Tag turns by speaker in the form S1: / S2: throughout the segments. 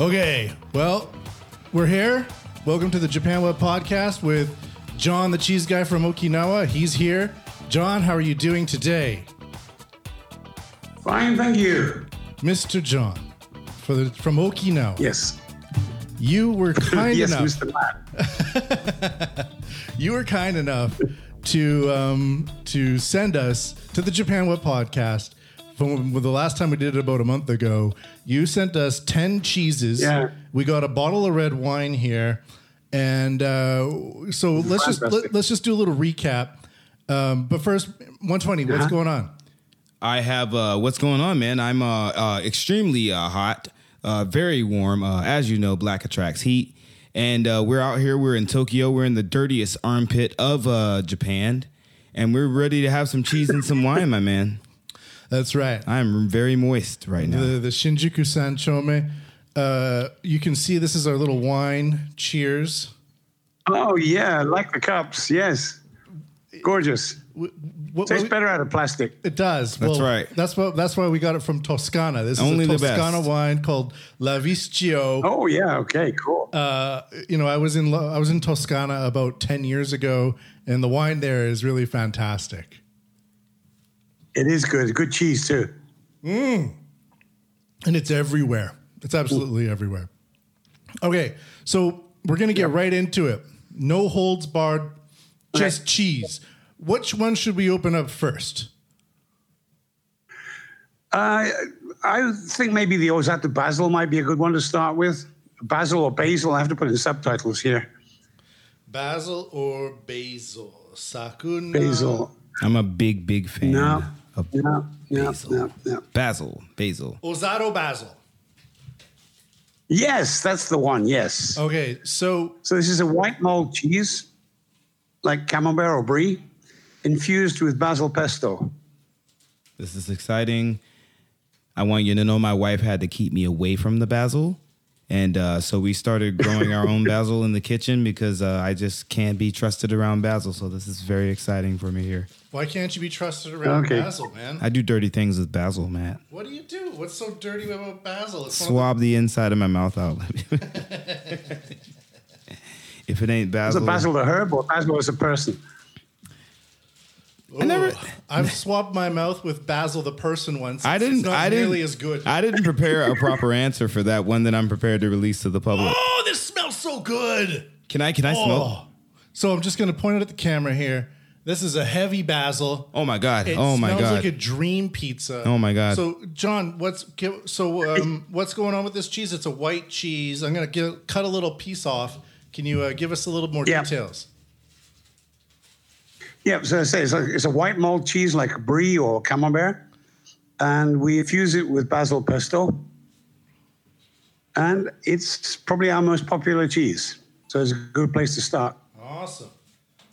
S1: Okay, well, we're here. Welcome to the Japan Web Podcast with John, the cheese guy from Okinawa. He's here. John, how are you doing today?
S2: Fine, thank you.
S1: Mr. John, for the, from Okinawa,
S2: Yes.
S1: you were kind
S2: yes,
S1: enough.
S2: Mr. Matt.
S1: you were kind enough to um, to send us to the Japan Web Podcast from the last time we did it about a month ago. You sent us ten cheeses.
S2: Yeah.
S1: We got a bottle of red wine here, and uh, so let's just let,
S2: fantastic.
S1: let's just do a little recap. Um, but first, 120.
S2: Uh-huh.
S1: What's going on?
S3: I have uh, what's going on, man. I'm uh, uh, extremely uh, hot, uh, very warm. Uh, as you know, black attracts heat, and uh, we're out here. We're in Tokyo. We're in the dirtiest armpit of uh, Japan, and we're ready to have some cheese and some wine, my man.
S1: That's right.
S3: I'm very moist right now.
S1: the, the Shinjuku Sanchome. Uh, you can see this is our little wine. Cheers.
S2: Oh, yeah, I like the cups. Yes. Gorgeous.
S1: What-
S2: Tastes
S1: what-
S2: better out of plastic.
S1: It does.
S3: That's right.
S1: That's what. That's why we got it from Toscana. This
S3: Only
S1: is a
S3: the
S1: Toscana
S3: best.
S1: wine called La Vischio.
S2: Oh, yeah, okay, cool.
S1: You know, I was in Lo- I was in Toscana about ten years ago, and the wine there is really fantastic.
S2: it is good. Good cheese, too.
S1: and it's everywhere. It's absolutely everywhere. Okay, so we're gonna get right into it. No holds barred, just cheese. Which one should we open up first?
S2: Uh, I think maybe the Ozato Basil might be a good one to start with. Basil or basil, I have to put in subtitles here.
S1: Basil or basil? Sakuna.
S2: Basil.
S3: I'm a big, big fan
S2: No,
S3: of
S2: no, no, no, no.
S3: basil. Basil.
S1: Ozato basil.
S2: Yes, that's the one, yes.
S1: Okay, so
S2: So this is a white mold cheese, like camembert or brie, infused with basil pesto.
S3: This is exciting. I want you to know my wife had to keep me away from the basil. And uh, so we started growing our own basil in the kitchen because uh, I just can't be trusted around basil. So this is very exciting for me here.
S1: Why can't you be trusted around
S2: Okay.
S1: Basil, man?
S3: I do dirty things with basil, Matt.
S1: What do you do? What's so dirty about Basil? It's one of
S3: Swab the inside of my mouth out. if it ain't
S2: Is
S3: basil,
S2: it basil the herb or basil as a person?
S1: the- Ooh,
S3: never-
S1: I've swapped my mouth with Basil the person once.
S3: I
S1: It's-
S3: didn't.
S1: It's not
S3: I didn't.
S1: nearly as good.
S3: I didn't prepare a proper answer for that one that I'm prepared to release to the public.
S1: oh, this smells so good.
S3: Can I? Can I smell?
S1: Oh. So I'm just going to point it at the camera here. This is a heavy Basil.
S3: Oh my god!
S1: It
S3: oh my
S1: smells
S3: god!
S1: like a dream pizza.
S3: Oh my God.
S1: So John, what's gi- so um, what's going on with this cheese? It's a white cheese. I'm gonna give, cut a little piece off. Can you uh, give us a little more
S2: Yeah.
S1: details?
S2: Yeah, so I say it's a, it's a white mold cheese like brie or camembert, and we infuse it with basil pesto. And it's probably our most popular cheese, so it's a good place to start.
S1: Awesome.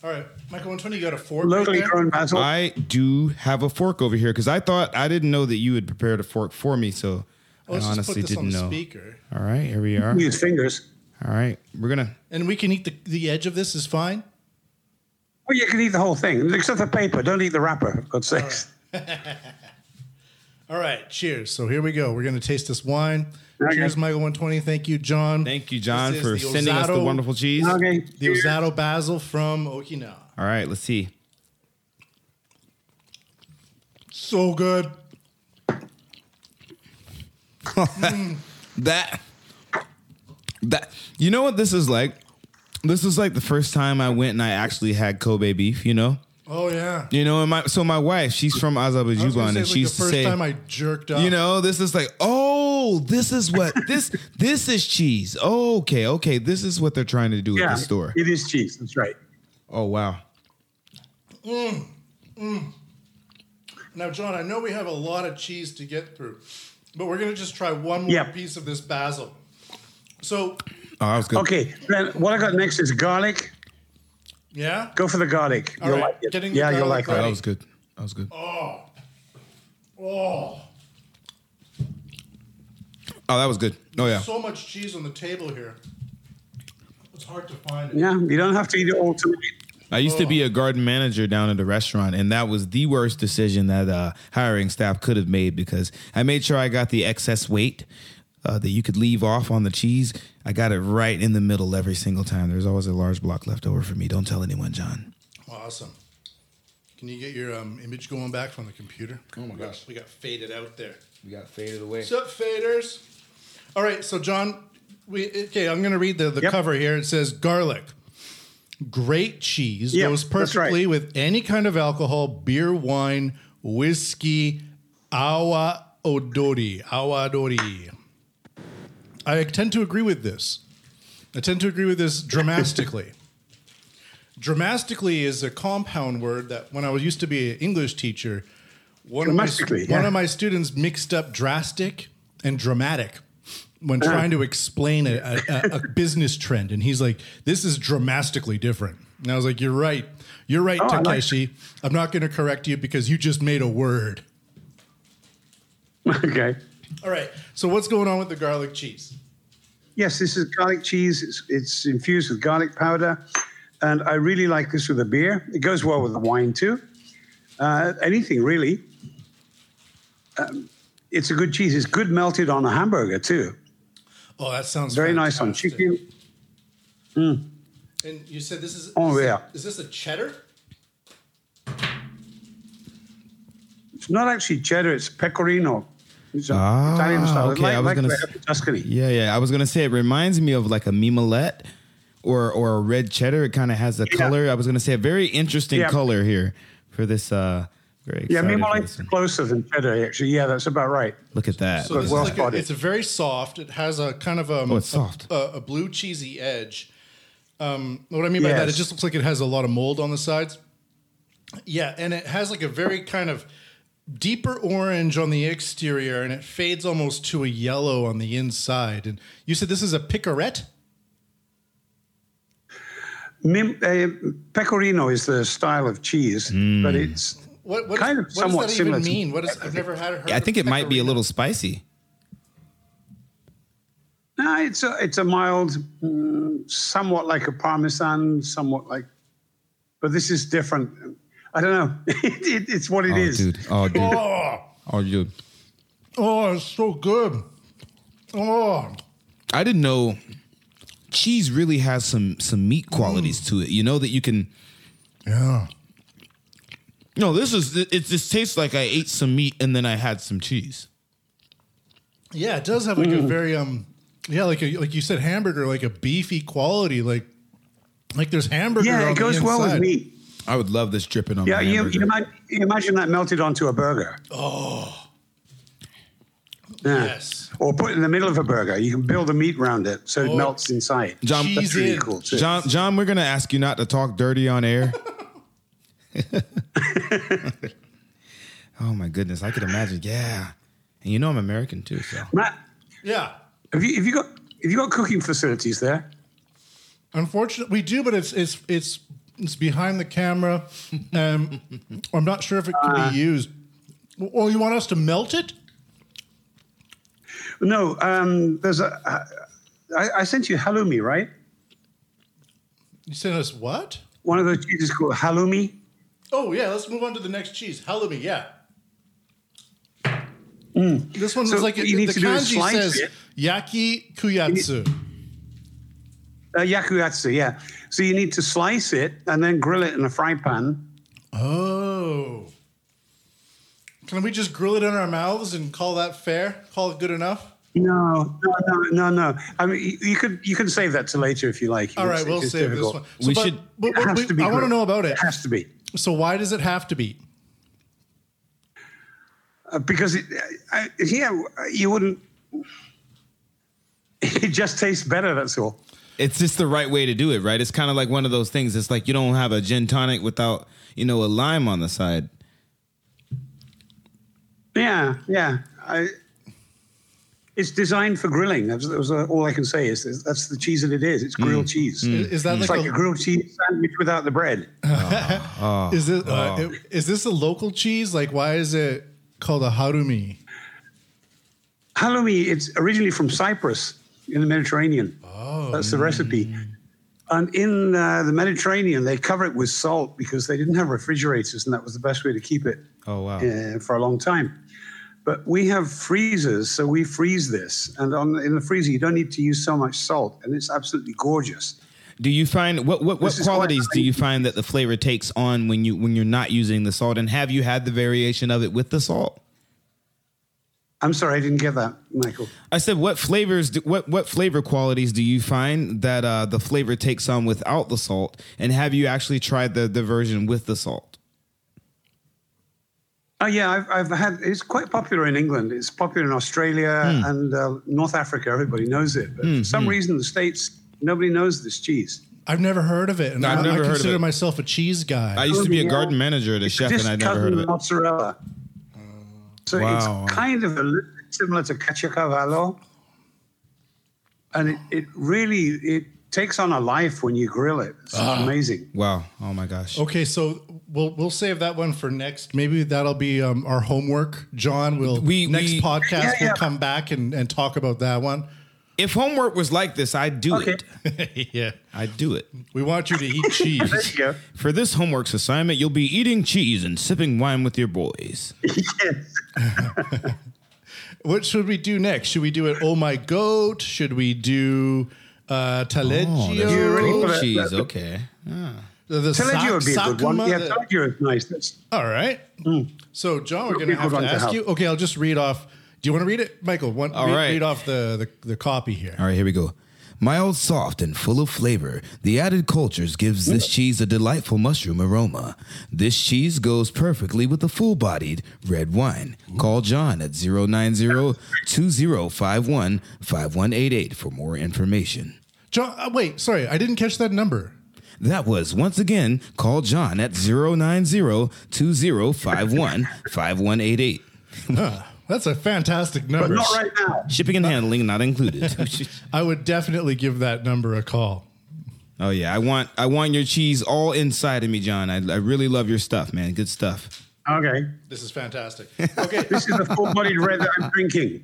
S1: All right, Michael Antonio, you got a fork. right
S2: Locally
S1: there?
S2: grown basil.
S3: I do have a fork over here because I thought I didn't know that you had prepared a fork for me, so
S1: Let's
S3: I
S1: just put
S3: honestly
S1: this on
S3: didn't
S1: the
S3: know.
S1: speaker.
S3: All right, here we are.
S2: use fingers.
S3: All right, we're gonna.
S1: And we can eat the, the edge of this is fine.
S2: Well, you can eat the whole thing, except the paper. Don't eat the wrapper, for God's sakes.
S1: All right, cheers. So here we go. We're going to taste this wine.
S2: Okay.
S1: Cheers, Michael 120. Thank you, John.
S3: Thank you, John,
S1: This
S3: for
S1: is the
S3: sending us the
S1: Ozato-
S3: wonderful cheese. All
S2: Okay.
S1: The Osato Basil from Okinawa.
S3: right, let's see.
S1: So good.
S3: That that you know what this is like. This is like the first time I went and I actually had Kobe beef. You know,
S1: Oh, yeah.
S3: you know, and my so my wife she's from
S1: I was gonna
S3: Azerbaijan
S1: say,
S3: and
S1: it's
S3: she
S1: like
S3: used
S1: the
S3: to
S1: first
S3: say,
S1: time I jerked up.
S3: You know, this is like, oh, this is what this this is cheese. Oh, okay, okay, this is what they're trying to do at
S2: Yeah,
S3: the store.
S2: it is cheese. That's right.
S3: Oh wow.
S1: Now, John, I know we have a lot of cheese to get through, but we're going to just try one more
S2: Yeah.
S1: piece of this basil. So,
S3: Oh, that was good.
S2: Okay, then what I got next is garlic.
S1: yeah?
S2: Go for the garlic.
S1: All
S2: you'll
S1: right,
S2: like it.
S1: getting the
S2: yeah, you'll
S1: garlic
S2: like
S3: Oh, that
S2: it.
S3: was good. That was good. Oh,
S1: Oh,
S3: that was good. Oh yeah.
S1: so much cheese on the table here. It's hard to find it.
S2: Yeah, you don't have to eat it all tonight.
S3: I used to be
S2: uh,
S3: a garden manager down at a restaurant, and that was the worst decision that uh, hiring staff could have made because I made sure I got the excess weight uh, that you could leave off on the cheese. I got it right in the middle every single time. There's always a large block left over for me. Don't tell anyone, John.
S1: Awesome. Can you get your um, image going back from the computer? Oh my gosh, we got faded out there.
S3: We got faded away.
S1: What's up, faders? All right, so John, we okay. I'm going to read the, the
S2: Yep.
S1: cover here. It says garlic, great cheese
S2: Yeah,
S1: goes
S2: that's right.
S1: perfectly with any kind of alcohol, beer, wine, whiskey, awa odori, awa odori. I tend to agree with this. I tend to agree with this dramatically. dramatically is a compound word that when I was used to be an English teacher, one of my,
S2: Dramatically,
S1: one
S2: yeah.
S1: of my students mixed up drastic and dramatic when
S2: Uh-huh.
S1: trying to explain a, a, a- a business trend. And he's like, this is dramatically different. And I was like, you're right. You're right,
S2: Oh, I like-
S1: Takeshi. I'm not going to correct you because you just made a word.
S2: okay.
S1: All right. So what's going on with the garlic cheese?
S2: Yes, this is garlic cheese. It's, it's infused with garlic powder. And I really like this with a beer. It goes well with the wine too. Uh, anything really. Um, it's a good cheese. It's good melted on a hamburger too.
S1: Oh, that sounds
S2: Very nice on
S1: fantastic.
S2: chicken.
S1: And you said this is
S2: Oh,
S1: is-
S2: yeah.
S1: Is this a cheddar?
S2: It's not actually cheddar, it's pecorino. It's a
S3: Ah,
S2: Italian style.
S3: okay,
S2: Like,
S3: I was
S2: like
S3: gonna
S2: we
S3: s-
S2: have in Tuscany.
S3: Yeah, yeah. I was gonna say it reminds me of like a mimolette or or a red cheddar. It kind of has the color. I was gonna say a very interesting
S2: Yeah.
S3: color here for this. uh very
S2: Yeah,
S3: excited for
S2: mimolette's
S3: this one.
S2: closer than cheddar, actually. Yeah, that's about right.
S3: Look at that.
S1: So this
S2: well
S1: is like a,
S2: spotted.
S1: it's a very soft. It has a kind of um,
S3: Oh, it's soft.
S1: A, a blue cheesy edge. Um, what I mean by that, it
S2: Yes.
S1: just looks like it has a lot of mold on the sides. Yeah, and it has like a very kind of deeper orange on the exterior, and it fades almost to a yellow on the inside. And you said this is a picorette.
S2: Mim, uh, pecorino is the style of cheese, but it's
S1: What, what,
S2: Kind of
S1: what
S2: somewhat
S1: does that
S2: similar
S1: even
S2: to-
S1: mean? What is? I've never had. Heard
S3: I
S1: of
S3: think it might be a
S1: pecorino.
S3: little spicy.
S2: No, it's a it's a mild, mm, somewhat like a parmesan, somewhat like, but this is different. I don't know. it, it, it's what it
S3: Oh,
S2: is.
S3: dude. Oh, dude.
S1: Oh,
S3: Oh, dude.
S1: oh, it's so good. Oh,
S3: I didn't know cheese really has some some meat qualities
S2: Mm.
S3: to it. You know that you can.
S1: yeah.
S3: No, this is it. Just tastes like I ate some meat and then I had some cheese.
S1: Yeah, it does have like a very um yeah, like a, like you said hamburger, like a beefy quality, like like there's hamburger.
S2: Yeah,
S1: on
S2: it goes
S1: the
S2: well with
S1: inside.
S2: meat.
S3: I would love this dripping on.
S2: Yeah,
S3: my
S2: you,
S3: hamburger.
S2: you, might, you imagine that melted onto a burger. Oh. Yeah.
S1: Yes.
S2: Or put in the middle of a burger. You can build a meat around it so it melts inside.
S3: John-
S2: that's
S1: Oh, Cheese
S2: really
S1: in.
S2: cool too.
S3: John, John, we're gonna ask you not to talk dirty on air. oh my goodness, I could imagine. Yeah, and you know I'm American too. So
S2: Matt,
S1: Yeah.
S2: have you, have you got have you got cooking facilities there?
S1: Unfortunately, we do, but it's it's it's it's behind the camera. Um I'm not sure if it
S2: Uh.
S1: can be used. Oh, you want us to melt it?
S2: No, um, there's a. I, I sent you halloumi, right?
S1: You sent us what?
S2: One of those cheeses called halloumi.
S1: Oh yeah, let's move on to the next cheese. Halloumi, yeah. This one
S2: So
S1: is like
S2: what
S1: it,
S2: you need
S1: the
S2: to do is
S1: kanji
S2: slice
S1: says
S2: it.
S1: yaki kuyatsu.
S2: Uh, yakuatsu, yeah. So you need to slice it and then grill it in a fry pan.
S1: Oh. Can we just grill it in our mouths and call that fair? Call it good enough?
S2: No, no, no, no, no. I mean, you, you could you could save that to later if you like.
S1: All right,
S2: It's-
S1: we'll
S2: it's
S1: save this
S2: difficult.
S1: one.
S3: We
S1: but-
S3: should-
S1: But,
S2: It has
S1: we-
S2: to be
S1: I want to
S2: grilled.
S1: know about it.
S2: It has to be
S1: So why does it have to be?
S2: uh, because it, I, I- yeah, you wouldn't. It just tastes better. That's all.
S3: it's just the right way to do it, right? It's kind of like one of those things. It's like you don't have a gin tonic without you know a lime on the side.
S2: Yeah, yeah. I, it's designed for grilling. That's, that was all I can say. Is is that's the cheese that it is. It's grilled cheese.
S1: Is that
S2: it's
S1: like,
S2: like
S1: a,
S2: a grilled cheese sandwich without the bread.
S3: Ah,
S1: is this uh, it- is this a local cheese? Like why is it called a harumi?
S2: halloumi it's originally from cyprus in the mediterranean oh that's the recipe and in uh, the mediterranean they cover it with salt because they didn't have refrigerators and that was the best way to keep it
S3: Oh wow.
S2: uh, for a long time But we have freezers, so we freeze this. And on in the freezer, you don't need to use so much salt, and it's absolutely gorgeous.
S3: Do you find what what, what
S2: This is
S3: qualities
S2: quite-
S3: do you find that the flavor takes on when you when you're not using the salt? And have you had the variation of it with the salt?
S2: I'm sorry, I didn't get that, Michael.
S3: I said, what flavors? Do, what what flavor qualities do you find that uh, the flavor takes on without the salt? And have you actually tried the the version with the salt?
S2: Oh yeah, I've, I've had. It's quite popular in England. It's popular in Australia and uh, North Africa. Everybody knows it, but for some reason, the states nobody knows this cheese.
S1: I've never heard of it, and
S3: I've
S1: I, I
S3: never heard of
S1: consider
S3: it.
S1: myself a cheese guy.
S3: I used to be a
S2: yeah.
S3: garden manager at a chef, and
S2: Just
S3: I'd never heard of it.
S2: mozzarella. So
S3: Wow.
S2: it's kind of a little bit similar to caciocavallo, and it, it really it takes on a life when you grill it. It's amazing.
S3: Wow! Oh my gosh!
S1: okay, so we'll we'll save that one for next. Maybe that'll be um, our homework. John, will
S3: We-
S1: next
S3: we-
S1: podcast
S2: Yeah, yeah.
S1: we'll come back and, and talk about that one.
S3: If homework was like this, I'd do
S2: Okay.
S3: it.
S1: yeah,
S3: I'd do it.
S1: we want you to eat
S2: There
S1: cheese.
S2: you go.
S3: For this homework's assignment, you'll be eating cheese and sipping wine with your boys.
S2: yes.
S1: What should we do next? Should we do it? Oh my goat! Should we do uh,
S2: You
S1: taleggio?
S2: already put
S3: Oh,
S2: a-
S3: cheese. Okay.
S1: the, the
S2: Taleggio
S1: sac-
S2: would be a good one.
S1: sakuma,
S2: Yeah,
S1: the-
S2: Taleggio is nice. That's,
S1: All right. So, John, we're
S2: It'll
S1: going to
S2: be a
S1: have
S2: good
S1: to
S2: one to
S1: ask
S2: have.
S1: you. Okay, I'll just read off. Do you want to read it, Michael? One,
S3: All
S1: read,
S3: right.
S1: read off the, the, the copy here.
S3: All right, here we go. Mild, soft, and full of flavor, the added cultures gives this cheese a delightful mushroom aroma. This cheese goes perfectly with a full bodied red wine. Call John at 090 2051 5188 for more information.
S1: John, uh, wait, sorry, I didn't catch that number.
S3: That was once again call John at 090 2051 5188.
S1: That's a fantastic
S2: but
S1: number.
S2: not right now.
S3: Shipping and handling not included.
S1: I would definitely give that number a call.
S3: oh yeah, I want I want your cheese all inside of me, John. I, I really love your stuff, man. Good stuff.
S2: Okay.
S1: This is fantastic. Okay,
S2: This is the full-bodied red that I'm drinking.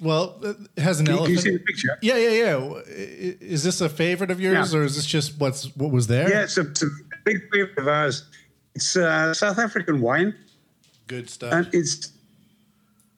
S1: well, it has an
S3: Oh,
S2: Can you- Can you
S1: elephant.
S2: see the picture?
S1: yeah, yeah, yeah. W- i- Is this a favorite of yours,
S2: Yeah.
S1: or is this just what's what was there?
S2: Yeah, it's a, it's a big favorite of ours. It's uh, South African wine,
S1: Good stuff.
S2: and it's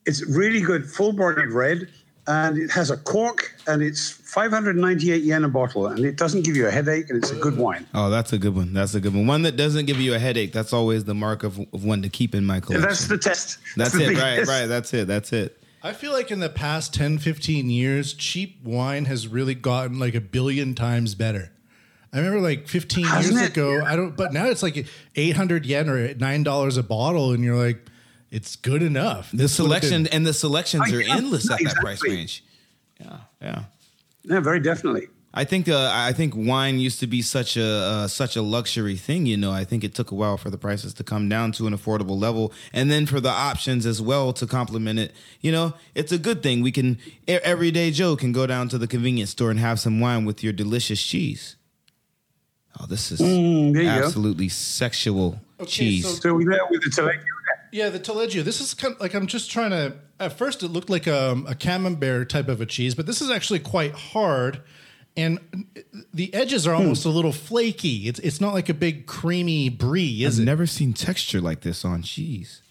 S2: it's really good, full-bodied red, and it has a cork, and it's 598 yen a bottle, and it doesn't give you a headache, and it's a good wine.
S3: Oh, that's a good one. That's a good one. One that doesn't give you a headache. That's always the mark of, of one to keep in my collection.
S2: That's the test.
S3: That's
S2: the
S3: it,
S2: big
S3: right?
S2: test.
S3: Right. That's it. That's it.
S1: I feel like in the past 10, 15 years, cheap wine has really gotten like a billion times better. I remember like 15
S2: Hasn't
S1: years
S2: it?
S1: ago, I don't, but now it's like 800 yen or $9 a bottle, and you're like, it's good enough.
S3: The
S1: This would've
S3: selection
S1: been-
S3: and the selections
S2: I
S3: are
S2: know,
S3: endless at that price
S2: exactly.
S3: range. Yeah. Yeah.
S2: Yeah, very definitely.
S3: I think uh, I think wine used to be such a uh, such a luxury thing, you know. I think it took a while for the prices to come down to an affordable level, and then for the options as well to complement it. You know, it's a good thing. We can e- everyday Joe can go down to the convenience store and have some wine with your delicious cheese. Oh, this is
S2: Mm, there you go.
S3: absolutely sexual cheese.
S2: So we're there with the Taleggio.
S1: yeah, the Taleggio. This is kind of like, I'm just trying to, at first it looked like um, a camembert type of a cheese, but this is actually quite hard. And the edges are
S3: Hmm.
S1: almost a little flaky. It's, it's not like a big creamy brie, is
S3: I've
S1: it?
S3: never seen texture like this on cheese.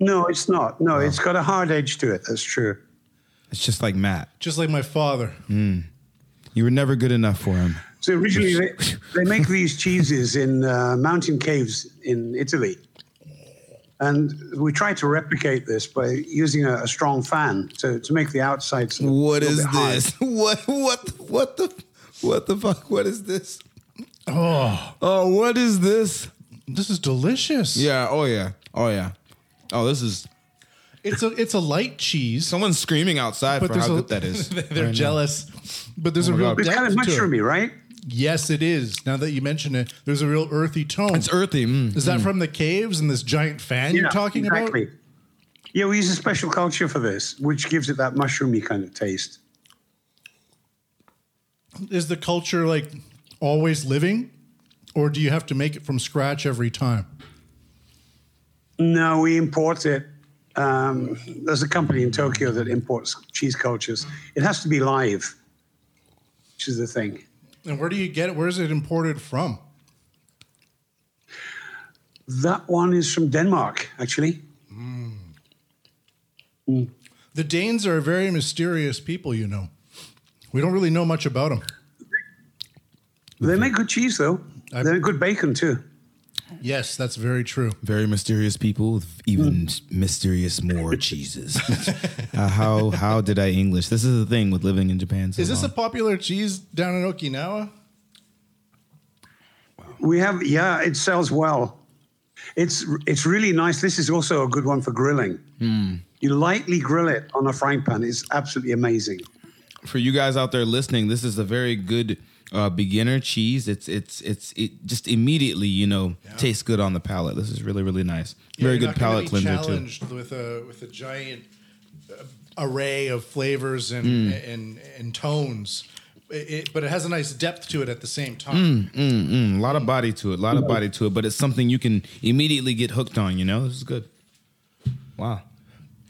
S2: No, it's not. No, it's got a hard edge to it. That's true.
S3: It's just like Matt.
S1: Just like my father.
S3: You were never good enough for him.
S2: So originally they, they make these cheeses in uh, mountain caves in Italy. And we try to replicate this by using a, a strong fan to, to make the outside. sort of
S3: What
S2: a
S3: is
S2: little bit hard.
S3: this? What what what the what the fuck? What is this? Oh, oh, what is this?
S1: This is delicious.
S3: Yeah. Oh yeah. Oh yeah. Oh, this is
S1: It's a it's a light cheese,
S3: someone's screaming outside
S1: but
S3: for
S1: there's
S3: how
S1: a,
S3: good that is. Oh
S1: They're jealous, but there's a
S3: my
S1: real
S3: God.
S2: It's
S1: depth
S2: kind of
S1: to it.
S2: mushroomy, right?
S1: Yes, it is. Now that you mention it, there's a real earthy tone.
S3: It's earthy. Mm.
S1: is that from the caves and this giant fan you're talking
S2: exactly.
S1: about?
S2: Yeah, we use a special culture for this, which gives it that mushroomy kind of taste.
S1: Is the culture like always living, or do you have to make it from scratch every time?
S2: No, we import it. Um, there's a company in Tokyo that imports cheese cultures. It has to be live, which is the thing.
S1: And where do you get it? Where is it imported from?
S2: That one is from Denmark, actually.
S1: The Danes are a very mysterious people, you know. We don't really know much about them.
S2: They make good cheese though.
S1: I-
S2: they make good bacon too.
S1: Yes, that's very true.
S3: Very mysterious people with even mysterious more cheeses. Uh, how how did I English? This is the thing with living in Japan. So
S1: Is this a
S3: long.
S1: popular cheese down in Okinawa?
S2: We have yeah, it sells well. It's it's really nice. This is also a good one for grilling.
S3: Hmm.
S2: You lightly grill it on a frying pan. It's absolutely amazing.
S3: for you guys out there listening? This is a very good uh, beginner cheese. It's it's it's it just immediately you know tastes good on the palate. This is really really nice. very
S1: You're
S3: good
S1: not gonna
S3: palate
S1: be
S3: cleanser too.
S1: Challenged with a with a giant uh, array of flavors and
S3: Mm.
S1: and, and tones, It- it- but it has a nice depth to it at the same time.
S3: Mm, a lot of body to it. A lot of body to it. But it's something you can immediately get hooked on. You know, this is good. Wow.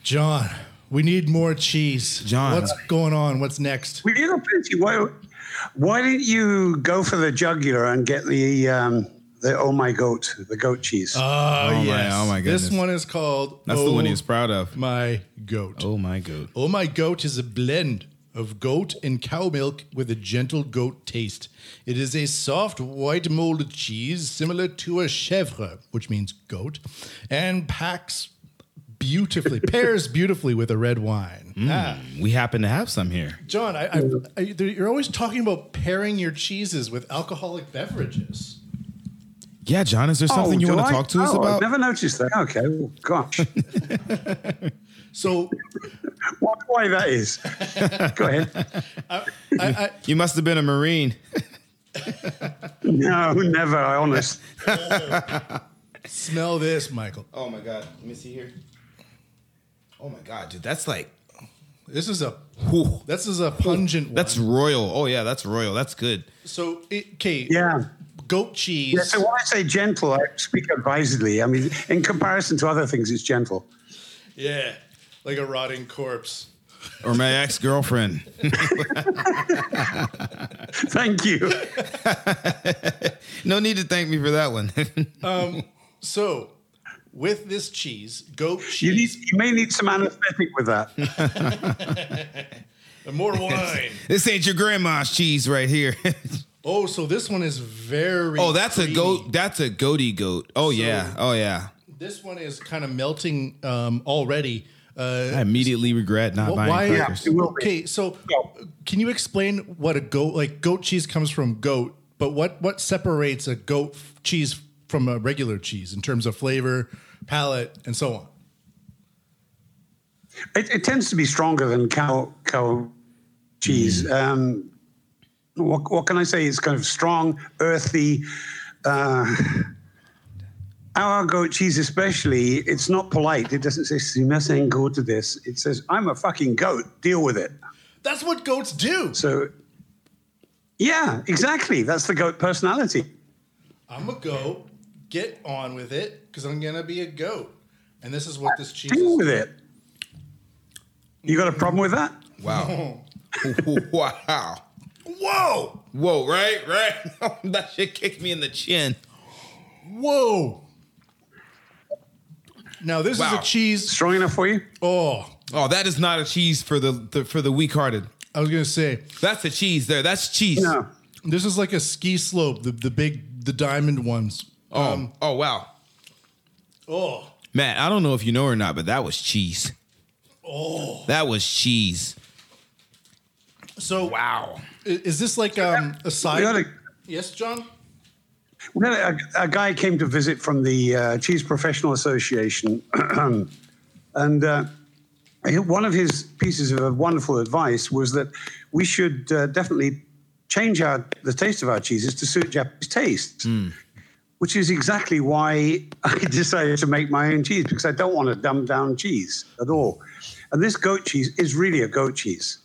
S1: John, we need more cheese.
S3: John.
S1: what's going on? What's next?
S2: We got plenty. Why why didn't you go for the jugular and get the um, the oh my goat the goat cheese?
S1: oh
S3: my- oh my
S1: This
S3: goodness.
S1: one is called.
S3: That's
S1: oh
S3: the one he's proud of.
S1: My goat.
S3: Oh my god.
S1: Oh My Goat is a blend of goat and cow milk with a gentle goat taste. It is a soft white molded cheese similar to a chèvre, which means goat, and packs beautifully, pairs beautifully with a red wine.
S3: Mm.
S1: Ah.
S3: We happen to have some here.
S1: John, I, I, I, you're always talking about pairing your cheeses with alcoholic beverages.
S3: Yeah, John, is there something you
S2: do
S3: want
S2: I?
S3: to talk to us
S2: Oh,
S3: about?
S2: I've never noticed that. Okay, well, gosh,
S1: So
S2: why, why that is? Go ahead.
S1: I, I,
S3: you must have been a Marine.
S2: No, never. I honest.
S1: smell this, Michael.
S3: Oh my God. Let me see here. Oh my God, dude. That's like,
S1: This is a
S3: whew,
S1: this is a pungent one.
S3: that's royal. Oh yeah, that's royal. That's good.
S1: so it, okay.
S2: Yeah.
S1: Goat cheese.
S2: Yeah, so when I say gentle, I speak advisedly. I mean, in comparison to other things, it's gentle.
S1: Yeah, like a rotting corpse.
S3: Or my ex girlfriend.
S2: Thank you.
S3: no need to thank me for that one.
S1: So, with this cheese, goat
S2: You, need,
S1: cheese,
S2: you may need some anesthetic with that.
S1: and more wine.
S3: this ain't your grandma's cheese right here.
S1: Oh, so this one is very.
S3: oh, that's a
S1: creamy.
S3: goat. That's a goaty goat. Oh yeah. Oh yeah.
S1: This one is kind of melting um, already. Uh,
S3: I immediately regret not
S1: wh-
S3: buying
S1: why?
S2: Yeah,
S3: crackers.
S2: it will be.
S1: Okay, so
S2: Yeah.
S1: can you explain what a goat like goat cheese comes from goat, but what what separates a goat f- cheese from a regular cheese in terms of flavor, palate, and so on?
S2: It, it tends to be stronger than cow cow cheese. Um, what, what can I say? It's kind of strong, earthy. Uh, our goat cheese, especially, it's not polite. It doesn't say "sumimasen go to this." It says "I'm a fucking goat. Deal with it."
S1: That's what goats do.
S2: So, yeah, exactly. That's the goat personality.
S1: I'm a goat. Get on with it because I'm gonna be a goat. And this is what this cheese
S2: Deal with
S1: is.
S2: it. You got a problem with that?
S3: Wow. wow.
S1: Whoa!
S3: Whoa, right, right. that shit kicked me in the chin.
S1: Whoa! Now this is
S3: Wow.
S1: a cheese.
S2: Strong enough for you?
S1: Oh,
S3: Oh, that is not a cheese for the, the for the weak-hearted.
S1: I was gonna say
S3: That's a cheese there. That's cheese.
S2: No.
S1: this is like a ski slope. The the big the diamond ones.
S3: Oh, oh wow.
S1: Oh,
S3: Matt, I don't know if you know or not, but that was cheese. Oh. That was cheese.
S1: so wow.
S3: Wow.
S1: is this like um a
S2: We got
S1: side?
S2: a,
S1: Yes, John.
S2: we had a, a guy came to visit from the uh, Cheese Professional Association, and uh, he- one of his pieces of wonderful advice was that we should uh, definitely change our, the taste of our cheeses to suit Japanese tastes. Which is exactly why I decided to make my own cheese because I don't want to dumb down cheese at all. And this goat cheese is really a goat cheese.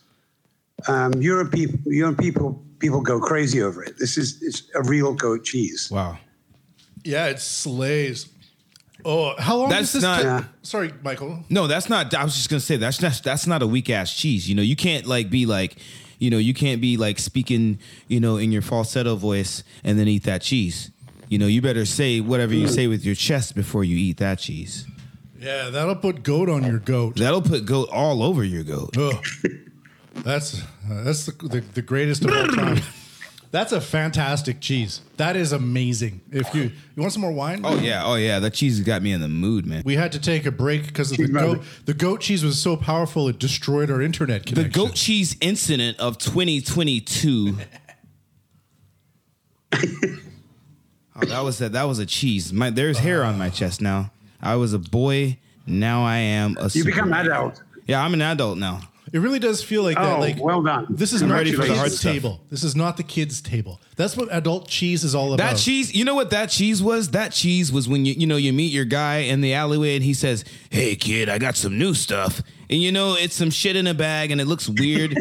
S2: Um, Europe, peop- Europe people people go crazy over it. This is it's a real goat cheese.
S3: Wow.
S1: Yeah, it slays. Oh, how long does
S3: That's
S1: this?
S3: not-
S1: ta-
S2: Yeah.
S1: Sorry, Michael.
S3: No, that's not. I was just gonna say that's not, that's not a weak ass cheese. You know, you can't like be like, you know, you can't be like speaking, you know, in your falsetto voice and then eat that cheese. You know, you better say whatever you say with your chest before you eat that cheese.
S1: Yeah, that'll put goat on your goat.
S3: That'll put goat all over your goat.
S1: Ugh. That's uh, that's the, the, the greatest of all time. That's a fantastic cheese. That is amazing. If you you want some more wine,
S3: Oh yeah, oh yeah. That cheese has got me in the mood, man.
S1: we had to take a break because the
S2: Cheese magic.
S1: goat the goat cheese was so powerful it destroyed our internet
S3: The
S1: connection.
S3: goat cheese incident of 2022. oh, that was a, that was a cheese. My, there's hair on my chest now. I was a boy. Now I am a.
S2: You become
S3: superman.
S2: adult.
S3: Yeah, I'm an adult now.
S1: It really does feel like that.
S2: Oh,
S1: Like
S2: well done.
S1: This is not the
S2: Congratulations.
S1: kids' table. This is not the kids' table. That's what adult cheese is all about.
S3: That cheese, you know what that cheese was? That cheese was when you you know you meet your guy in the alleyway and he says, "Hey kid, I got some new stuff." And you know it's some shit in a bag and it looks weird.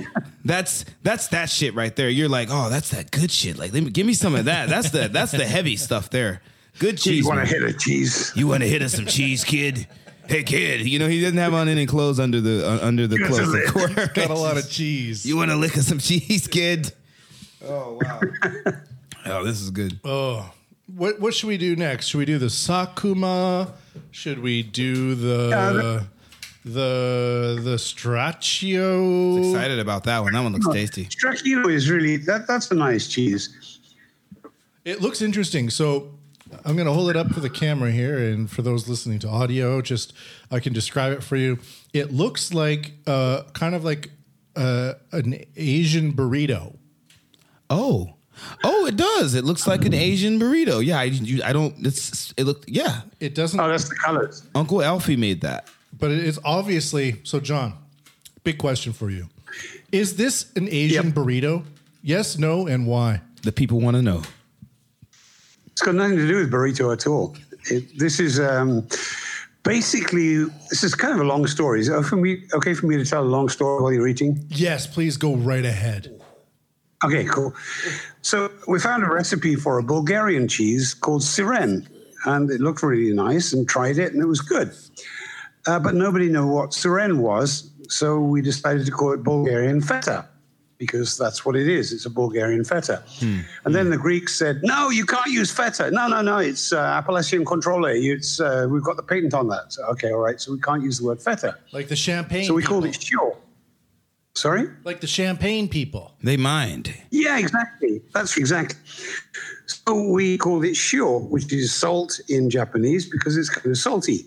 S3: that's that's that shit right there. You're like, "Oh, that's that good shit. Like, let me give me some of that. That's the that's the heavy stuff there. Good cheese.
S2: You want to
S3: man.
S2: hit a cheese?
S3: You want to hit us some cheese, kid?" Hey kid, you know he doesn't have on any clothes under the uh, under the
S2: Yes,
S3: clothes.
S2: it
S3: Of
S2: is.
S3: course,
S1: got a lot of cheese.
S3: You want to lick us some cheese, kid? Oh wow. oh, this is good.
S1: oh, what what should we do next? Should we do the sakuma? Should we do the the the straccio?
S3: Excited about that one. That one looks tasty.
S2: Stracchino is really that. That's a nice cheese.
S1: It looks interesting. So I'm going to hold it up for the camera here, and for those listening to audio, just I can describe it for you. It looks like uh, kind of like uh, an Asian burrito.
S3: Oh, oh, it does. It looks like an Asian burrito. Yeah, I, you, I don't. It's it looked. Yeah,
S1: It doesn't
S2: Oh, that's the colors.
S3: Uncle Alfie made that.
S1: but it is obviously so john big question for you is this an asian
S2: Yep.
S1: burrito yes no and why
S3: The people want to know.
S2: It's got nothing to do with burrito at all. It, this is um, basically this is kind of a long story. Is it for me okay for me to tell a long story while you're eating?
S1: yes please go right ahead
S2: Okay, cool. So we found a recipe for a Bulgarian cheese called Siren, and it looked really nice and tried it, and it was good. Uh, but nobody knew what Siren was, so we decided to call it Bulgarian feta because that's what it is. It's a Bulgarian feta. And then the Greeks said, "No, you can't use feta. No, no, no. It's uh, Appalachian Controller. It's uh, we've got the patent on that. So, okay, all right. So we can't use the word feta.
S1: like the champagne
S2: So we called it
S1: people.
S2: Shior. Sorry."
S1: like the champagne people
S3: They mind.
S2: Yeah, exactly. That's exactly. So we called it shio, which is salt in Japanese because it's kind of salty.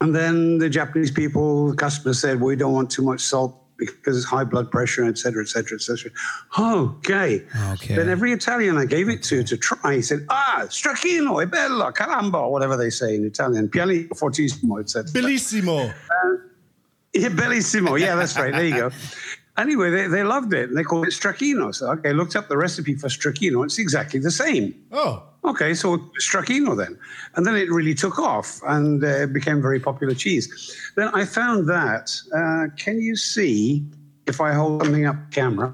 S2: And then the Japanese people, the customer said, we don't want too much salt because it's high blood pressure, et cetera, et cetera, et cetera. Okay.
S3: Okay.
S2: Then every Italian I gave it to to try, he said, ah, stracchino, e bello, caramba, whatever they say in Italian, pianino, fortissimo, et cetera.
S1: bellissimo
S2: Yeah, bellissimo. Yeah, that's right. There you go. Anyway, they, they loved it. They called it stracchino. So, okay, looked up the recipe for stracchino. It's exactly the same.
S1: oh
S2: Okay, so stracchino then. And then it really took off and uh, became very popular cheese. Then I found that. Uh, can you see, if I hold something up camera,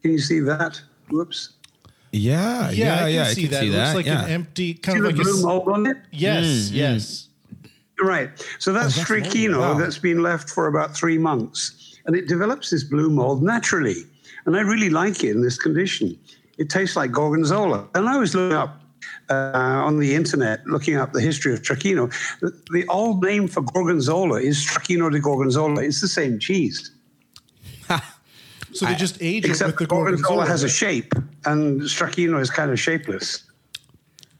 S2: can you see that? Whoops.
S1: yeah,
S3: Yeah, yeah, yeah.
S1: i can see that it looks like
S3: yeah.
S1: an empty
S2: See
S1: kind
S2: the
S1: of like a
S2: blue
S1: s-
S2: mold on it?
S1: yes
S3: Mm,
S1: yes
S2: Right. So that's,
S3: Oh, that's
S2: stracchino
S3: lovely. Wow.
S2: that's been left for about three months. And it develops this blue mold naturally. And I really like it in this condition. It tastes like gorgonzola. And I was looking up uh, on the internet, looking up the history of Stracchino. The, the old name for gorgonzola is Stracchino di Gorgonzola. It's the same cheese,
S1: so they just age it
S2: except
S1: with the
S2: that gorgonzola,
S1: gorgonzola
S2: has a shape, and Stracchino is kind of shapeless.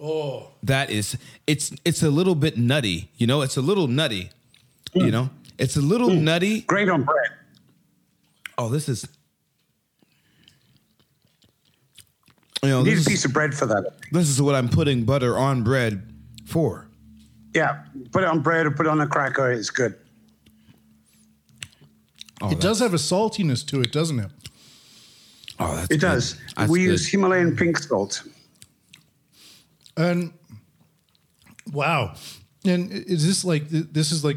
S1: oh
S3: that is. It's it's a little bit nutty. You know, it's a little nutty. You know, it's a little nutty.
S2: Great on bread.
S3: Oh, this is. You know,
S2: Need
S3: this
S2: a
S3: is,
S2: piece of bread for that.
S3: this is what I'm putting butter on bread for.
S2: Yeah, put it on bread or put it on a cracker. It's good.
S3: Oh,
S1: it does have a saltiness to it doesn't it
S3: Oh, that's
S2: It does. we use Himalayan pink salt.
S1: And wow, and is this like this is like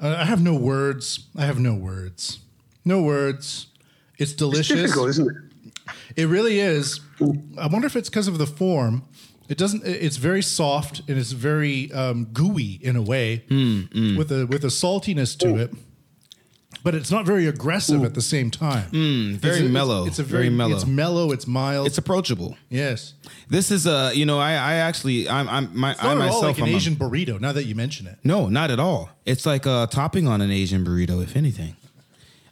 S1: I have no words. I have no words. No words. It's
S2: It's
S1: delicious.
S2: difficult, isn't it?
S1: it really is. I wonder if it's because of the form. It doesn't. It's very soft and it's
S3: Hmm,
S1: very um, gooey in a way, with a with a saltiness to it. but it's not very aggressive at the same time.
S3: Hmm, very
S1: It's a-
S3: mellow.
S1: It's a very,
S3: mellow.
S1: It's mellow. It's mild.
S3: It's approachable.
S1: yes.
S3: This is a you know I I actually I'm I'm my
S1: Not
S3: I
S1: at all
S3: myself
S1: like an
S3: I'm a-
S1: Asian burrito. Now that you mention it,
S3: No, not at all. It's like a topping on an Asian burrito, if anything.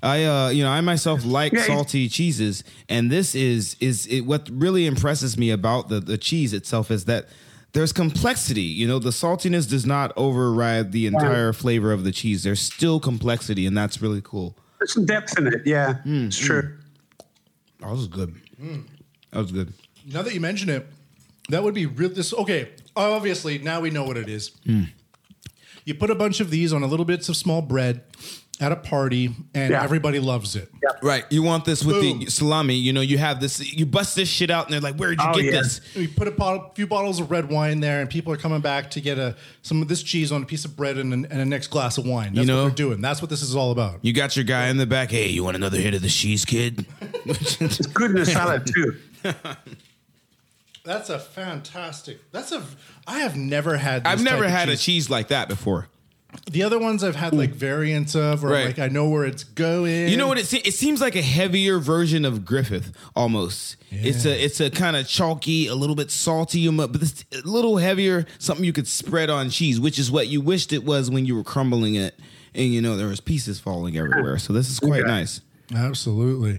S3: I, uh, you know, I myself like
S2: Yeah, it-
S3: salty cheeses, and this is is it, what really impresses me about the the cheese itself is that there's complexity. You know, the saltiness does not override the entire flavor of the cheese. There's still complexity, and that's really cool.
S2: There's some depth in it. Yeah,
S3: Hmm,
S2: it's true.
S3: That was good.
S1: Mm.
S3: That was good.
S1: now that you mention it, that would be real. This okay? Obviously, now we know what it is.
S3: Hmm.
S1: You put a bunch of these on a little bits of small bread at a party, and
S2: Yeah.
S1: everybody loves it.
S3: Right, you want this with the
S1: Boom.
S3: salami. You know, you have this. You bust this shit out, and they're like, "Where'd you
S2: Oh,
S3: get
S2: yeah.
S3: this?"
S1: We put a bottle, few bottles of red wine there, and people are coming back to get a some of this cheese on a piece of bread and, an, and a next glass of wine. That's
S3: You know?
S1: what they're doing. That's what this is all about.
S3: You got your guy in the back. Hey, you want another hit of the cheese, kid?
S2: It's good in a salad too.
S1: That's a fantastic. That's a. I have never had. This
S3: I've never
S1: type of
S3: had
S1: cheese.
S3: a cheese like that before.
S1: The other ones I've had like variants of, or
S3: Right.
S1: like I know where it's going.
S3: You know what it seems? It seems like a heavier version of Griffith almost. It's a it's a kind of chalky, a little bit salty, um, but it's a little heavier. Something you could spread on cheese, which is what you wished it was when you were crumbling it, and you know there was pieces falling everywhere. So this is quite
S2: Okay.
S3: nice.
S1: Absolutely.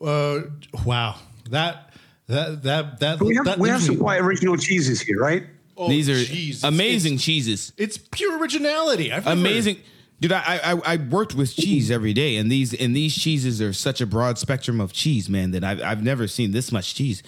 S1: Uh, wow. That that that that.
S2: We have
S1: that
S2: we have
S1: leaves
S2: some
S1: me-
S2: quite original cheeses here, right?
S1: oh,
S3: These are
S1: jeez.
S3: amazing
S1: It's,
S3: cheeses.
S1: it's pure originality. I've never-
S3: amazing. Dude, I, I I worked with cheese every day, and these and these cheeses are such a broad spectrum of cheese, man. That I've I've never seen this much cheese.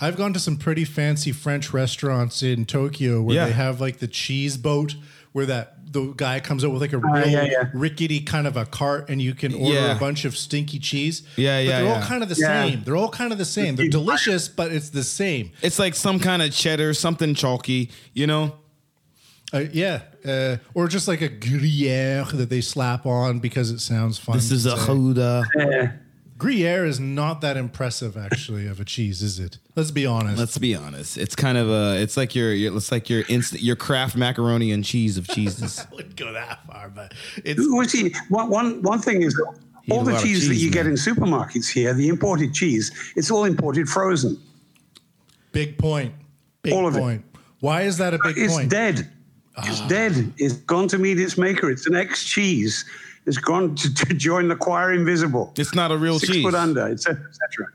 S1: I've gone to some pretty fancy French restaurants in Tokyo where
S3: Yeah.
S1: they have like the cheese boat where that the guy comes up with like a real
S2: Oh, yeah, yeah.
S1: rickety kind of a cart and you can order
S3: Yeah.
S1: a bunch of stinky cheese.
S3: Yeah,
S1: but
S3: yeah,
S1: They're all
S3: yeah.
S1: kind of the
S2: Yeah.
S1: same. They're all kind of the same. They're delicious, but it's the same.
S3: It's like some kind of cheddar, something chalky, you know?
S1: Uh, yeah, uh, or just like a Gruyere that they slap on because it sounds fun.
S3: This is
S1: to
S3: a
S1: say.
S3: Houda.
S2: Yeah.
S1: Gruyere is not that impressive actually of a cheese, is it? Let's be honest.
S3: Let's be honest. It's kind of a. It's like your. your it's like your instant. Your craft macaroni and cheese of cheeses.
S1: I wouldn't go that far, but it's
S2: Well, see, one, one, one thing is that
S3: Eat
S2: all
S3: a
S2: the
S3: lot of
S2: cheese that
S3: cheese,
S2: you get
S3: man.
S2: in supermarkets here, the imported cheese, it's all imported frozen.
S1: Big point. Big
S2: All of it.
S1: point. Why is that a big
S2: It's
S1: point?
S2: dead. It's
S3: Ah.
S2: dead. It's gone to meet its maker. It's an ex cheese. It's gone to, to join the choir invisible.
S3: It's not a real
S2: Six
S3: cheese.
S2: foot under, et cetera, et cetera.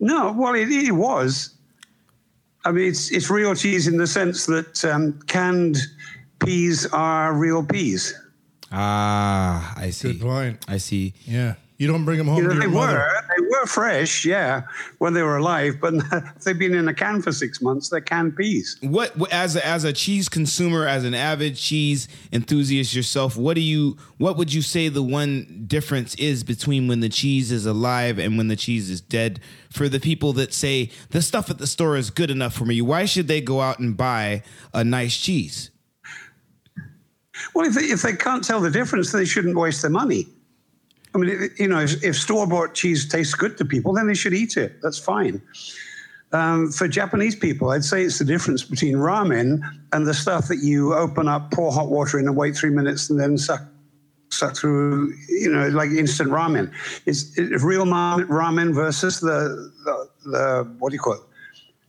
S2: No, well, it, it was. I mean, it's, it's real cheese in the sense that um, canned peas are real peas.
S3: Ah, I see.
S1: Good point.
S3: I see.
S1: Yeah. You don't bring them home
S2: You know,
S1: to
S2: they
S1: your mother.
S2: were they were fresh, yeah, when they were alive. But if they've been in a can for six months. They're canned peas.
S3: What what- as a, as a cheese consumer, as an avid cheese enthusiast yourself, what do you what would you say the one difference is between when the cheese is alive and when the cheese is dead? For the people that say the stuff at the store is good enough for me, why should they go out and buy a nice cheese?
S2: Well, if they, if they can't tell the difference, they shouldn't waste their money. I mean, it- you know, if, if store bought cheese tastes good to people, then they should eat it. That's fine. Um, for Japanese people, I'd say it's the difference between ramen and the stuff that you open up, pour hot water in, and wait three minutes, and then suck suck through, you know, like instant ramen. It's, it's real ma- ramen versus the, the, the, what do you call it?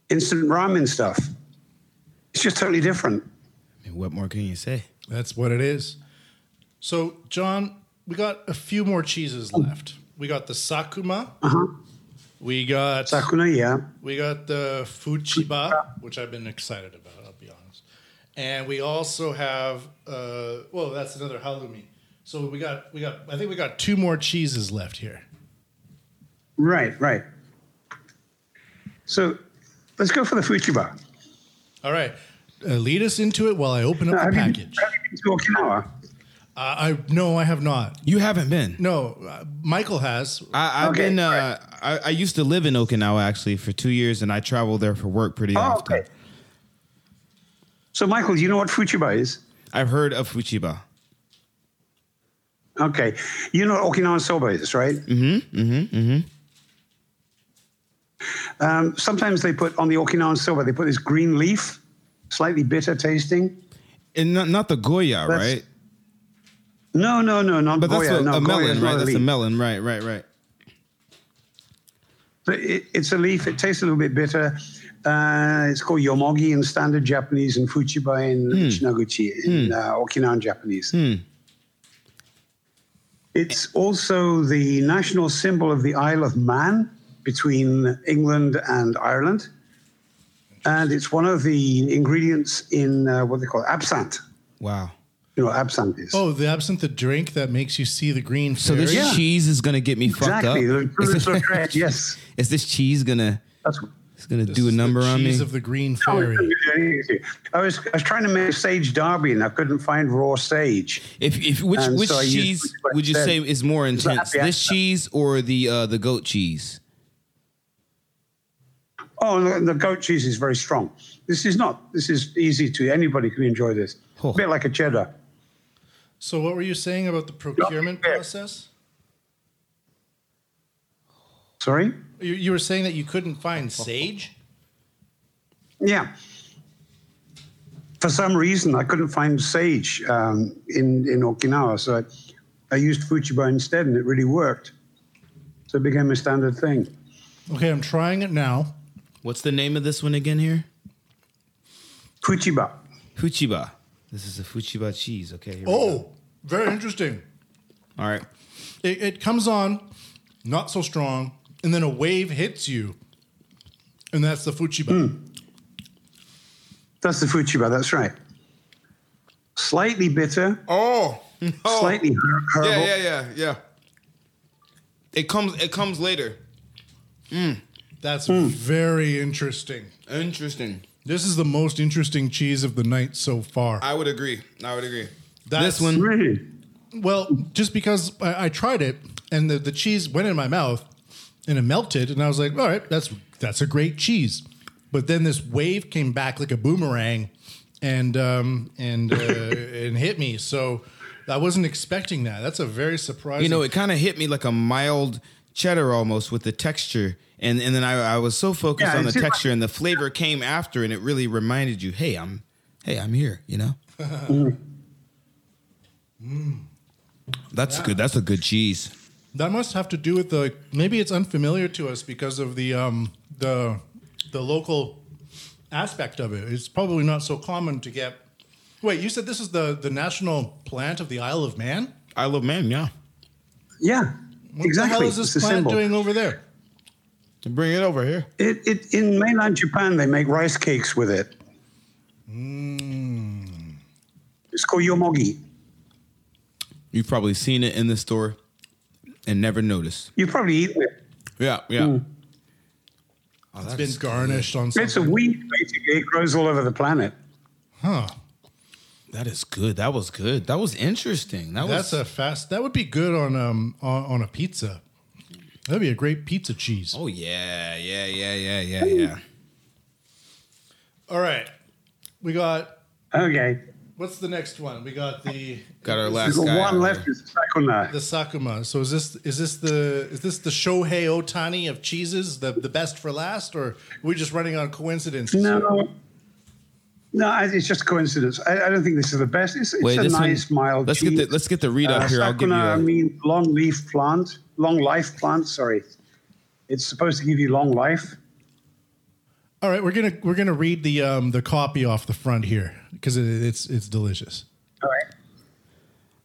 S2: Instant ramen stuff. It's just totally different.
S3: I mean, what more can you say?
S1: That's what it is. So, John, we got a few more cheeses left. We got the Sakuma.
S2: Uh-huh.
S1: We got
S2: Sakuna, yeah.
S1: we got the Fuchiba, which I've been excited about, I'll be honest. And we also have uh well, that's another halloumi. So we got we got I think we got two more cheeses left here.
S2: Right, right. So let's go for the Fuchiba.
S1: All right. Uh, lead us into it while I open up
S2: Have
S1: the
S2: you, have
S1: package.
S2: you been to Okinawa?
S1: Uh, I no, I have not.
S3: You haven't been.
S1: No, uh, Michael has.
S3: I, I've
S2: Okay,
S3: been. Uh,
S2: right.
S3: I, I used to live in Okinawa actually for two years, and I travel there for work pretty
S2: Oh,
S3: often.
S2: okay. So, Michael, do you know what Fuchiba is?
S3: I've heard of Fuchiba.
S2: Okay. You know what Okinawan soba is, right? Mm hmm. Mm hmm. Mm
S3: Mm-hmm,
S2: hmm. Um, sometimes they put on the Okinawan soba, they put this green leaf, slightly bitter tasting.
S3: and not, not the Goya,
S2: That's-
S3: right?
S2: No, no, no, not
S3: But that's
S2: Goya.
S3: a,
S2: Oh, no, Goya
S3: a
S2: is
S3: melon, right?
S2: not a
S3: That's a
S2: leaf.
S3: melon, right? Right? Right?
S2: But it, it's a leaf. It tastes a little bit bitter. Uh, it's called yomogi in standard Japanese and fuchibai in
S3: Hmm.
S2: Ichinaguchi in uh, Okinawan Japanese. It's also the national symbol of the Isle of Man between England and Ireland. And it's one of the ingredients in uh, what they call absinthe.
S3: Wow.
S2: You know, what absinthe is.
S1: Oh, the absinthe drink that makes you see the green.
S3: So this
S1: fairy?
S2: Yeah.
S3: cheese is gonna get me
S2: exactly.
S3: fucked up.
S2: The-
S3: Is
S2: the-
S3: this,
S2: the- yes.
S3: is this cheese gonna
S2: That's
S3: it's gonna
S1: This
S3: do a
S1: is the
S3: number on me?
S1: Cheese of the green
S2: I was,
S1: fairy.
S2: I was trying to make sage Derby and I couldn't find raw sage.
S3: if, if which
S2: And
S3: which
S2: so I used
S3: cheese
S2: what
S3: would you
S2: I
S3: say
S2: said.
S3: is more
S2: a
S3: intense?
S2: happy
S3: This
S2: accident.
S3: cheese or the uh, the goat cheese?
S2: Oh, and the- the goat cheese is very strong. This is not. This is easy to anybody can enjoy this.
S3: Oh.
S2: A bit like a cheddar.
S1: So what were you saying about the procurement
S2: Yeah.
S1: process?
S2: Sorry.
S1: You, you were saying that you couldn't find sage.
S2: Yeah. For some reason, I couldn't find sage um, in in Okinawa, so I, I used fuchiba instead, and it really worked. So it became a standard thing.
S1: Okay, I'm trying it now.
S3: What's the name of this one again? Here,
S2: Fuchiba.
S3: Fuchiba. This is a Fuchiba cheese. Okay. Here we go.
S1: Oh, very interesting.
S3: all right.
S1: It, it comes on, not so strong, and then a wave hits you, and that's the fuchiba.
S2: That's the fuchiba. That's right. Slightly bitter,
S3: Oh,
S2: slightly her- herbal.
S3: yeah, yeah, yeah, yeah. It comes. It comes later.
S1: That's very interesting.
S3: Interesting.
S1: This is the most interesting cheese of the night so far.
S3: I would agree. I would agree.
S1: That's-
S3: this one.
S2: Really?
S1: Well, just because I, I tried it and the, the cheese went in my mouth and it melted, and I was like, all right, that's that's a great cheese. But then this wave came back like a boomerang and um, and uh, and hit me. So I wasn't expecting that. That's a very surprising.
S3: You know, it kind of hit me like a mild cheddar almost with the texture. And and then I, I was so focused
S2: Yeah,
S3: on the
S2: it's just like-
S3: texture and the flavor came after and it really reminded you, hey, I'm hey, I'm here, you know?
S1: Uh,
S2: Mm.
S3: That's good. That's a good cheese.
S1: that must have to do with the maybe it's unfamiliar to us because of the um, the the local aspect of it. It's probably not so common to get. Wait, you said this is the the national plant of the Isle of Man.
S3: I love man, yeah.
S2: Yeah, exactly.
S1: What the hell is this
S2: it's a
S1: plant
S2: symbol.
S1: doing over there?
S3: Bring it over here.
S2: It, it, in mainland Japan, they make rice cakes with it.
S1: Mm.
S2: It's called yomogi.
S3: You've probably seen it in the store and never noticed.
S2: You've probably eaten it.
S3: Yeah, yeah. Oh,
S1: It's
S3: that
S1: been
S3: is-
S1: garnished on
S2: It's a
S1: something.
S2: weed, basically. It grows all over the planet.
S1: Huh.
S3: that is good. That was good. That was interesting. That
S1: That's
S3: was
S1: a fast. That would be good on um on, on a pizza. That'd be a great pizza cheese.
S3: Oh yeah, yeah, yeah, yeah, yeah, yeah.
S1: All right. We got
S2: Okay.
S1: what's the next one? We got the
S3: Got our
S2: There's
S3: last guy. out
S2: one
S3: of
S2: left
S3: there.
S2: is sakuna.
S1: the Sakuma. So is this is this the is this the Shohei Otani of cheeses, the the best for last, or are we just running on coincidences?
S2: No. No, I- it's just coincidence. I, I don't think this is the best. It's, it's a nice, mild
S3: Let's
S2: cheese.
S3: get the let's get the read up
S2: Uh,
S3: here. I'll give you.
S2: sakuna
S3: A,
S2: means long leaf plant, long life plant, sorry. It's supposed to give you long life.
S1: All right, we're gonna we're gonna read the um the copy off the front here because it, it's it's delicious.
S2: All right.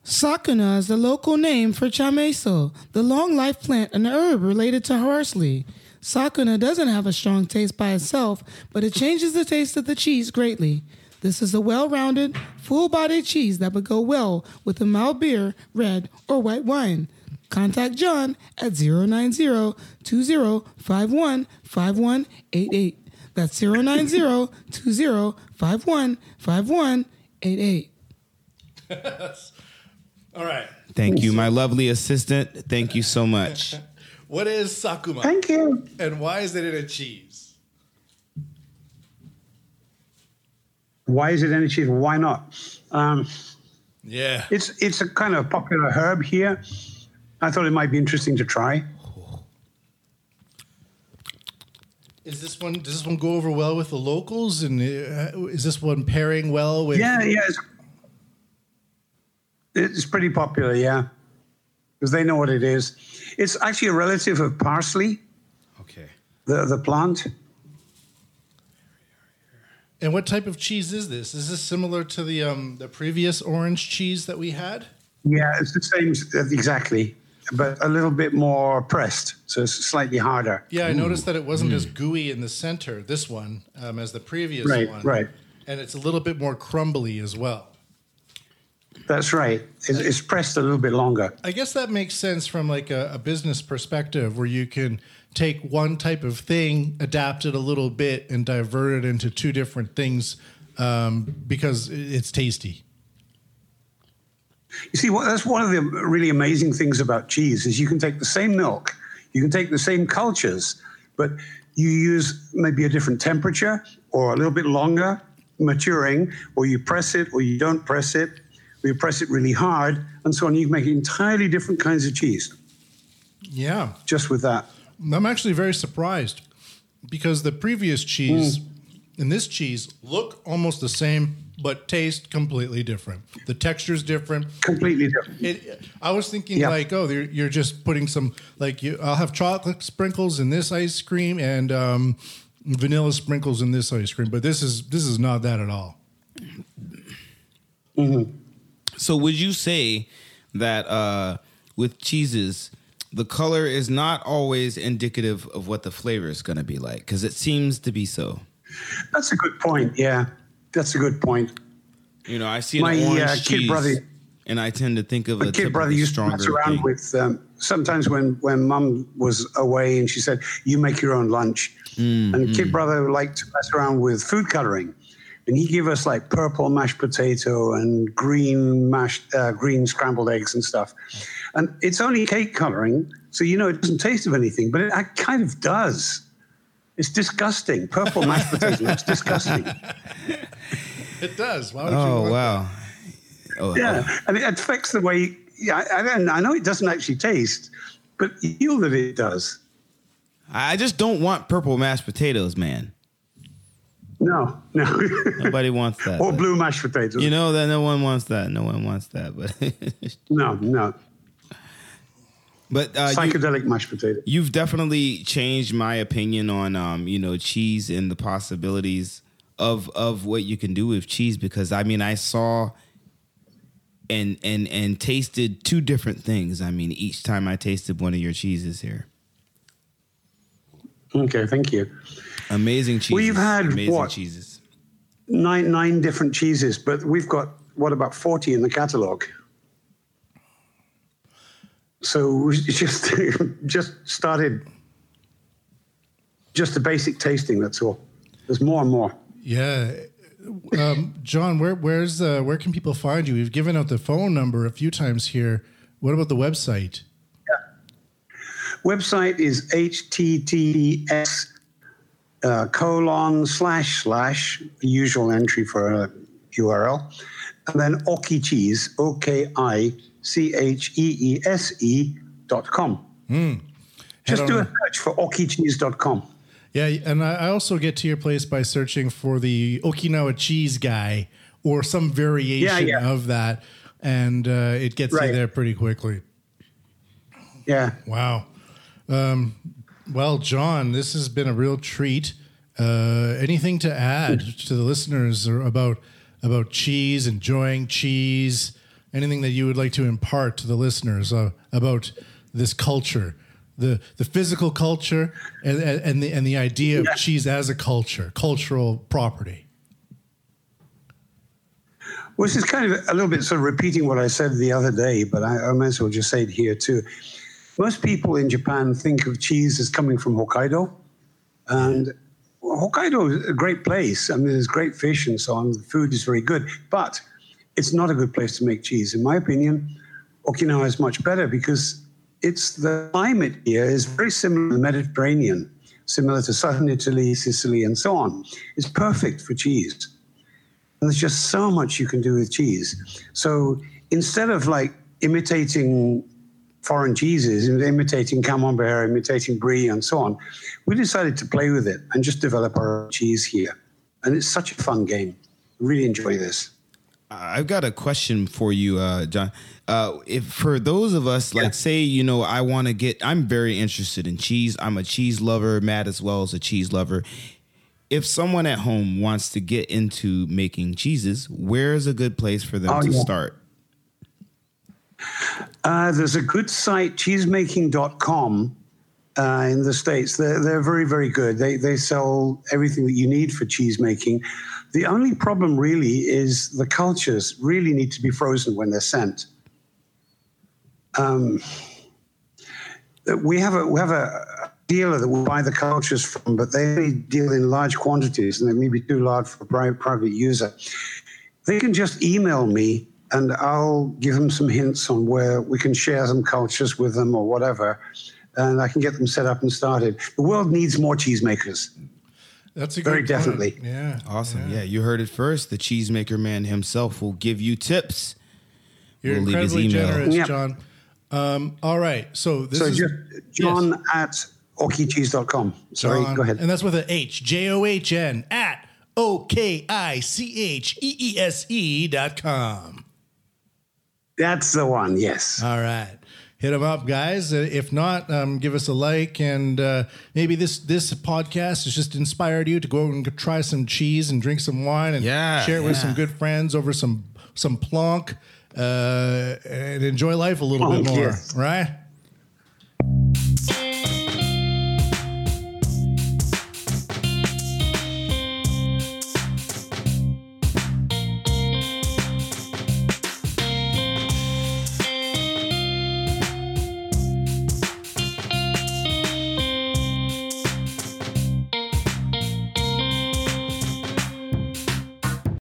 S4: Sakuna is the local name for chameso, the long life plant and herb related to parsley. Sakuna doesn't have a strong taste by itself, but it changes the taste of the cheese greatly. This is a well rounded, full bodied cheese that would go well with a mild beer, red, or white wine. Contact John at 090 2051 5188. That's 090 2051 5188.
S1: All right,
S3: thank you, my lovely assistant. Thank you so much.
S1: what is Sakuma?
S2: Thank you.
S1: and why is it in a cheese?
S2: Why is it any cheaper? Why not? Um,
S1: Yeah.
S2: it's it's a kind of popular herb here. I thought it might be interesting to try.
S1: Is this one? Does this one go over well with the locals? And uh, is this one pairing well with?
S2: Yeah, yeah. It's, It's pretty popular, yeah, because they know what it is. It's actually a relative of parsley,
S3: Okay.
S2: the the plant.
S1: And what type of cheese is this? Is this similar to the um, the previous orange cheese that we had?
S2: Yeah, it's the same s- exactly, but a little bit more pressed, so it's slightly harder.
S1: Yeah, I noticed that it wasn't
S2: Mm.
S1: as gooey in the center, this one, um, as the previous
S2: Right,
S1: one.
S2: right.
S1: And it's a little bit more crumbly as well.
S2: That's right. It's, it's pressed a little bit longer.
S1: I guess that makes sense from like a, a business perspective where you can take one type of thing, adapt it a little bit, and divert it into two different things um, because i- it's tasty.
S2: You see, what, that's one of the really amazing things about cheese is you can take the same milk, you can take the same cultures, but you use maybe a different temperature or a little bit longer maturing, or you press it or you don't press it, or you press it really hard, and so on. You can make entirely different kinds of cheese
S1: Yeah.
S2: just with that.
S1: I'm actually very surprised because the previous cheese and this cheese look almost the same, but taste completely different. The texture's different.
S2: Completely different.
S1: It, I was thinking
S2: Yeah.
S1: like, oh, you're, you're just putting some like you. I'll have chocolate sprinkles in this ice cream and um, vanilla sprinkles in this ice cream, but this is this is not that at all.
S3: So would you say that uh, with cheeses, the color is not always indicative of what the flavor is going to be like? Because it seems to be so.
S2: That's a good point. Yeah, that's a good point.
S3: You know, I see an
S2: My,
S3: orange
S2: uh, kid
S3: cheese,
S2: brother-
S3: and I tend to think of a
S2: My kid brother
S3: typically
S2: used to
S3: stronger
S2: mess around
S3: thing.
S2: with um, sometimes when when mum was away and she said you make your own lunch
S3: Mm,
S2: and kid brother liked to mess around with food coloring and he gave us like purple mashed potato and green mashed uh, green scrambled eggs and stuff and it's only cake coloring so you know it doesn't taste of anything but it, it kind of does it's disgusting purple mashed potato it's disgusting
S1: It does. Why would you?
S3: Oh
S1: want
S3: wow! Oh,
S2: Yeah, and it affects the way. Yeah, I, I, I know it doesn't actually taste, but you feel that it does.
S3: I just don't want purple mashed potatoes, man.
S2: No, no.
S3: Nobody wants that.
S2: or
S3: but-
S2: blue mashed potatoes.
S3: You know that no one wants that. No one wants that. But
S2: no, no.
S3: but uh, you,
S2: Psychedelic mashed potato.
S3: you've definitely changed my opinion on um, you know cheese and the possibilities of of what you can do with cheese because I mean I saw and and and tasted two different things. I mean each time I tasted one of your cheeses here.
S2: Okay, thank you.
S3: Amazing cheeses.
S2: We've had
S3: amazing
S2: what?
S3: cheeses.
S2: Nine, nine different cheeses, but we've got what about forty in the catalog? So we just just started just the basic tasting. That's all. There's more and more.
S1: Yeah. Um, John, where where's uh, where can people find you? We've given out the phone number a few times here. What about the website?
S2: website is https uh, colon slash slash the usual entry for a URL, and then Oki Cheese O K I C H E E S E dot com. Just
S1: Hmm. Head
S2: do a
S1: on-
S2: search for okicheese.com.
S1: Yeah, and I I also get to your place by searching for the Okinawa cheese guy or some variation
S2: Yeah, yeah.
S1: of that, and uh, it gets you
S2: Right.
S1: there pretty quickly.
S2: Yeah,
S1: Wow. Um, well, John, this has been a real treat. Uh, anything to add to the listeners or about about cheese, enjoying cheese? Anything that you would like to impart to the listeners uh, about this culture, the the physical culture, and and and the and the idea of cheese as a culture, cultural property.
S2: which is kind of a little bit sort of repeating what I said the other day, but I, I might as well just say it here too. Most people in Japan think of cheese as coming from Hokkaido, and well, Hokkaido is a great place. I mean, there's great fish and so on. The food is very good, but it's not a good place to make cheese, in my opinion. Okinawa is much better because it's the climate here is very similar to the Mediterranean, similar to southern Italy, Sicily, and so on. It's perfect for cheese. And there's just so much you can do with cheese. So instead of like imitating foreign cheeses, imitating camembert, imitating brie, and so on, we decided to play with it and just develop our own cheese here. And it's such a fun game. Really enjoy this.
S3: I- I've got a question for you, uh, John. Uh, if for those of us, like, say, you know, I want to get, I'm very interested in cheese. I'm a cheese lover. Matt as well is a cheese lover. If someone at home wants to get into making cheeses, where is a good place for them
S2: Oh,
S3: to
S2: yeah.
S3: start?
S2: Uh, there's a good site, cheesemaking.com, uh, in the States. They're, they're very, very good. They, they sell everything that you need for cheese making. The only problem, really, is the cultures really need to be frozen when they're sent. Um, we have a, we have a dealer that we buy the cultures from, but they only deal in large quantities and they may be too large for pri- private user they can just email me and I'll give them some hints on where we can share some cultures with them or whatever. And I can get them set up and started. The world needs more cheesemakers.
S1: That's a
S2: Very
S1: good point.
S2: definitely.
S1: Yeah.
S3: Awesome. Yeah. you heard it first. The cheesemaker man himself will give you tips.
S1: You're
S3: We'll leave his
S1: incredibly
S3: email.
S1: generous,
S2: Yeah.
S1: John. Um, all right. So this
S2: So
S1: is
S2: just John at orkycheese.com. Sorry,
S1: John,
S2: go ahead.
S1: Um, And that's with a H, J O H N at O K I C H E E S E dot com.
S2: That's the one, yes.
S1: All right. Hit them up, guys. Uh, If not, um, give us a like, and uh, maybe this this podcast has just inspired you to go and try some cheese and drink some wine and
S3: Yeah,
S1: share it with
S3: yeah.
S1: some good friends over some some plonk uh, and enjoy life a little
S2: Plonk,
S1: bit more,
S2: yes.
S1: right?